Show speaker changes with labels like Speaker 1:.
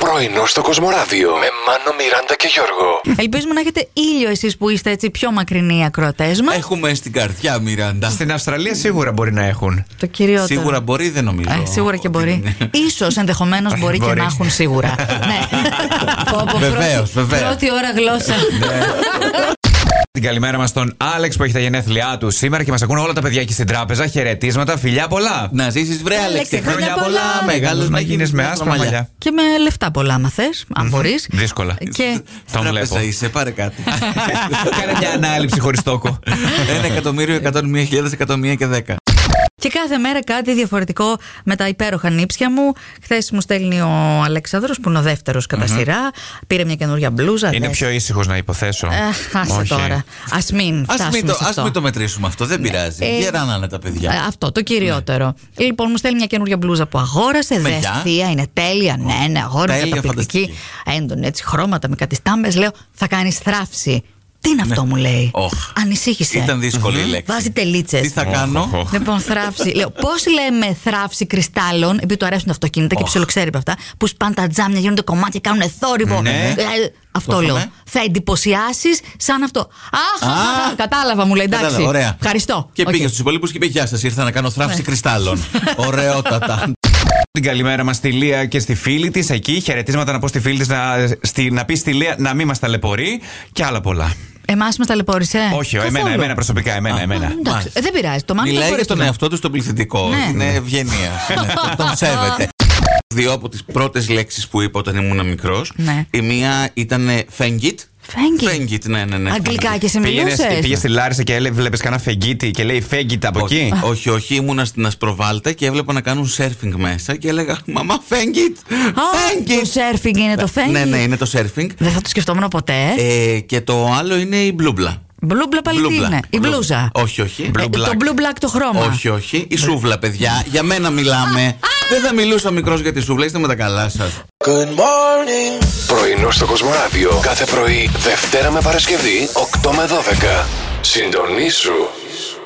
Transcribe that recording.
Speaker 1: Πρωινό στο Κοσμοράδιο με Μάνο, Μιράντα και Γιώργο.
Speaker 2: Ελπίζουμε να έχετε ήλιο εσείς που είστε έτσι πιο μακρινοί ακροατές μας.
Speaker 3: Έχουμε στην καρδιά, Μιράντα.
Speaker 4: Στην Αυστραλία σίγουρα μπορεί να έχουν.
Speaker 2: Το κυριότερο.
Speaker 3: Σίγουρα μπορεί, δεν νομίζω.
Speaker 2: Ε, σίγουρα και
Speaker 3: ότι
Speaker 2: μπορεί.
Speaker 3: είναι. Ε,
Speaker 2: Ίσως ενδεχομένως μπορεί και
Speaker 4: Μπορεί.
Speaker 2: να έχουν σίγουρα. ναι. Πω, πω, πρώτη-
Speaker 3: Βεβαίως, βεβαίως. Ναι.
Speaker 2: Πρώτη ώρα γλώσσα.
Speaker 4: Την καλημέρα μας στον Άλεξ που έχει τα γενέθλιά του σήμερα και μας ακούν όλα τα παιδιά εκεί στην τράπεζα. Χαιρετίσματα, φιλιά πολλά.
Speaker 3: Να ζήσεις, βρε, Άλεξ. και
Speaker 2: χρόνια
Speaker 3: Χρόνια
Speaker 2: πολλά.
Speaker 3: πολλά. Μεγάλος
Speaker 4: Μεγάλος
Speaker 3: να γίνεις
Speaker 4: με άσπρα μαλλιά.
Speaker 2: και με λεφτά πολλά, άμα θες, αν μπορείς.
Speaker 4: Δύσκολα.
Speaker 2: Και
Speaker 4: Τον βλέπω.
Speaker 3: Τράπεζα είσαι, πάρε κάτι.
Speaker 4: Κάνε μια ανάληψη χωρίς τόκο. Ε.
Speaker 3: Ένα εκατομμύριο, εκατόν μία χιλιάδες, εκατομμύρια και δέκα.
Speaker 2: Και κάθε μέρα κάτι διαφορετικό με τα υπέροχα νύψια μου. Χθες μου στέλνει ο Αλέξανδρος που είναι ο δευτερο κατά σειρά. Πήρε μια καινούργια μπλούζα.
Speaker 4: Είναι
Speaker 2: δε-
Speaker 4: πιο ήσυχος να υποθέσω.
Speaker 2: Αχ, Ε, άσε
Speaker 4: Όχι.
Speaker 2: τώρα. Ας μην
Speaker 3: Ας
Speaker 2: φτάσουμε
Speaker 3: μην το-
Speaker 2: σε
Speaker 3: Ας
Speaker 2: αυτό.
Speaker 3: μην το μετρήσουμε αυτό, δεν πειράζει.
Speaker 2: Ε,
Speaker 3: Γεράνανε τα
Speaker 2: Ε,
Speaker 3: παιδιά. Ναι.
Speaker 2: Αυτό, το κυριότερο. Λοιπόν, μου στέλνει μια καινούργια μπλούζα που αγόρασε.
Speaker 3: Με
Speaker 2: Δε
Speaker 3: γεια.
Speaker 2: θεία, είναι τέλεια. Ναι, ναι, αγόρασε.
Speaker 3: Τέλεια,
Speaker 2: Καταπληκτική. Έντονη έτσι, χρώματα με κάτι στάμπες. Λέω, θα κάνεις θράψη. Τι είναι αυτό, μου λέει.
Speaker 3: Οχ.
Speaker 2: Ανησύχησε.
Speaker 3: Ναι. Ήταν δύσκολη η λέξη.
Speaker 2: Βάζει τελίτσες.
Speaker 3: Τι θα κάνω.
Speaker 2: Λοιπόν, θράψη. Λέω, πώς λέμε θράψη κρυστάλλων, επειδή του αρέσουν τα αυτοκίνητα και
Speaker 3: Οχ.
Speaker 2: ψιλοξέρει από αυτά, που σπάνε τα τζάμια, γίνονται κομμάτια, κάνουν θόρυβο.
Speaker 4: Ναι.
Speaker 2: Ε, αυτό
Speaker 3: Το
Speaker 2: λέω.
Speaker 3: έχουμε.
Speaker 2: Θα εντυπωσιάσεις σαν αυτό. Αχ,
Speaker 3: Α.
Speaker 2: αχ, αχ, κατάλαβα, μου λέει. Εντάξει.
Speaker 3: Κατάλαβα, Ωραία.
Speaker 2: Ευχαριστώ.
Speaker 3: Και
Speaker 2: Οκ.
Speaker 3: πήγε στου υπολείπου και είπε: Γεια σας, ήρθα να κάνω θράψη
Speaker 2: Ναι.
Speaker 3: κρυστάλλων. Ωραιότατα.
Speaker 4: Την καλημέρα μας στη Λία και στη φίλη της εκεί. Χαιρετίσματα να πω στη φίλη της να, στη- να πει στη Λία να μην μας ταλαιπωρεί και άλλα πολλά.
Speaker 2: Εμάς μας ταλαιπωρήσε.
Speaker 4: Όχι, εμένα,
Speaker 2: Ε, Καθόλου.
Speaker 4: εμένα προσωπικά, εμένα, εμένα.
Speaker 2: Εντάξει,
Speaker 3: Μάλιστα.
Speaker 2: δεν πειράζει. Το μάλλον
Speaker 3: Μιλάει για
Speaker 2: ταλαιπωρήθηκε.
Speaker 3: τον εαυτό του στον πληθυντικό.
Speaker 2: Ναι.
Speaker 3: Είναι ευγενία. Ναι. τον σέβεται. Δύο από τις πρώτες λέξεις που είπα όταν ήμουν μικρός.
Speaker 2: Ναι.
Speaker 3: Η μία ήταν ε, φέγγιτ.
Speaker 2: Feng it.
Speaker 3: Φέγγιτ, ναι, ναι, ναι.
Speaker 2: Αγγλικά και σε μιλούσες.
Speaker 4: Πήγε στη Λάρισα και βλέπεις κανένα φεγγίτι και λέει φέγγιτα από
Speaker 3: Όχι,
Speaker 4: εκεί.
Speaker 3: όχι, όχι, ήμουνα στην Ασπροβάλτα και έβλεπα να κάνουν σερφινγκ μέσα και έλεγα Μαμά, φέγγιτ!
Speaker 2: Το σερφινγκ είναι το φέγγι.
Speaker 3: Ναι, ναι, είναι το σερφινγκ.
Speaker 2: Δεν θα το σκεφτόμουν ποτέ.
Speaker 3: Ε, και το άλλο είναι η μπλούμπλα.
Speaker 2: Μπλούμπλα πάλι τι
Speaker 3: Μπλούμπλα.
Speaker 2: είναι. Η
Speaker 3: Μπλούμπλα.
Speaker 2: μπλούζα.
Speaker 3: Όχι, όχι.
Speaker 2: Ε, Το
Speaker 4: black.
Speaker 2: blue black το χρώμα.
Speaker 3: Όχι, όχι. Η σούβλα, παιδιά. Για μένα μιλάμε. Δεν θα μιλούσα μικρός για τη σούβλα. Είστε με τα καλά σας.
Speaker 1: Πρωινό στο Κοσμοράδιο κάθε πρωί, Δευτέρα με Παρασκευή, 8 με 12. Συντονίσου.